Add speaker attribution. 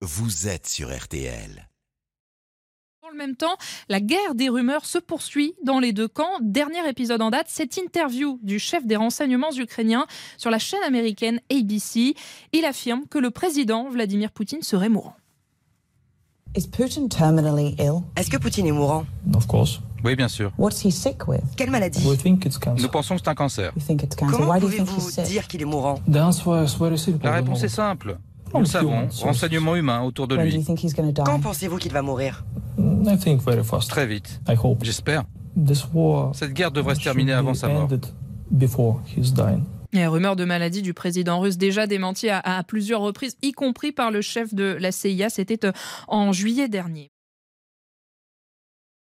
Speaker 1: Vous êtes sur RTL.
Speaker 2: Dans le même temps, la guerre des rumeurs se poursuit dans les deux camps. Dernier épisode en date, cette interview du chef des renseignements ukrainiens sur la chaîne américaine ABC. Il affirme que le président Vladimir Poutine serait mourant.
Speaker 3: Is Putin terminally ill?
Speaker 4: Est-ce que Poutine est mourant
Speaker 5: Of course.
Speaker 6: Oui, bien sûr.
Speaker 3: What's he sick with?
Speaker 4: Quelle maladie
Speaker 5: We think it's cancer.
Speaker 6: Nous pensons que c'est un cancer.
Speaker 3: You think it's cancer?
Speaker 4: Comment
Speaker 3: Why do you think he's
Speaker 4: pouvez-vous
Speaker 3: sick?
Speaker 4: dire qu'il est mourant
Speaker 5: The answer is very simple.
Speaker 6: La réponse est simple. Nous
Speaker 5: Oh,
Speaker 6: le savons,
Speaker 5: sure.
Speaker 6: renseignements humains autour de
Speaker 3: When do you
Speaker 6: lui.
Speaker 3: think he's going to die?
Speaker 4: Quand pensez-vous qu'il va mourir
Speaker 5: Mm, I think very fast.
Speaker 6: Très vite.
Speaker 5: I hope.
Speaker 6: J'espère.
Speaker 5: This war
Speaker 6: Cette guerre devrait se
Speaker 5: should
Speaker 6: terminer avant
Speaker 5: be
Speaker 6: sa mort.
Speaker 5: ended before he's dying.
Speaker 2: Et La rumeur de maladie du président russe déjà démentie à, à plusieurs reprises, y compris par le chef de la CIA, c'était euh, en juillet dernier.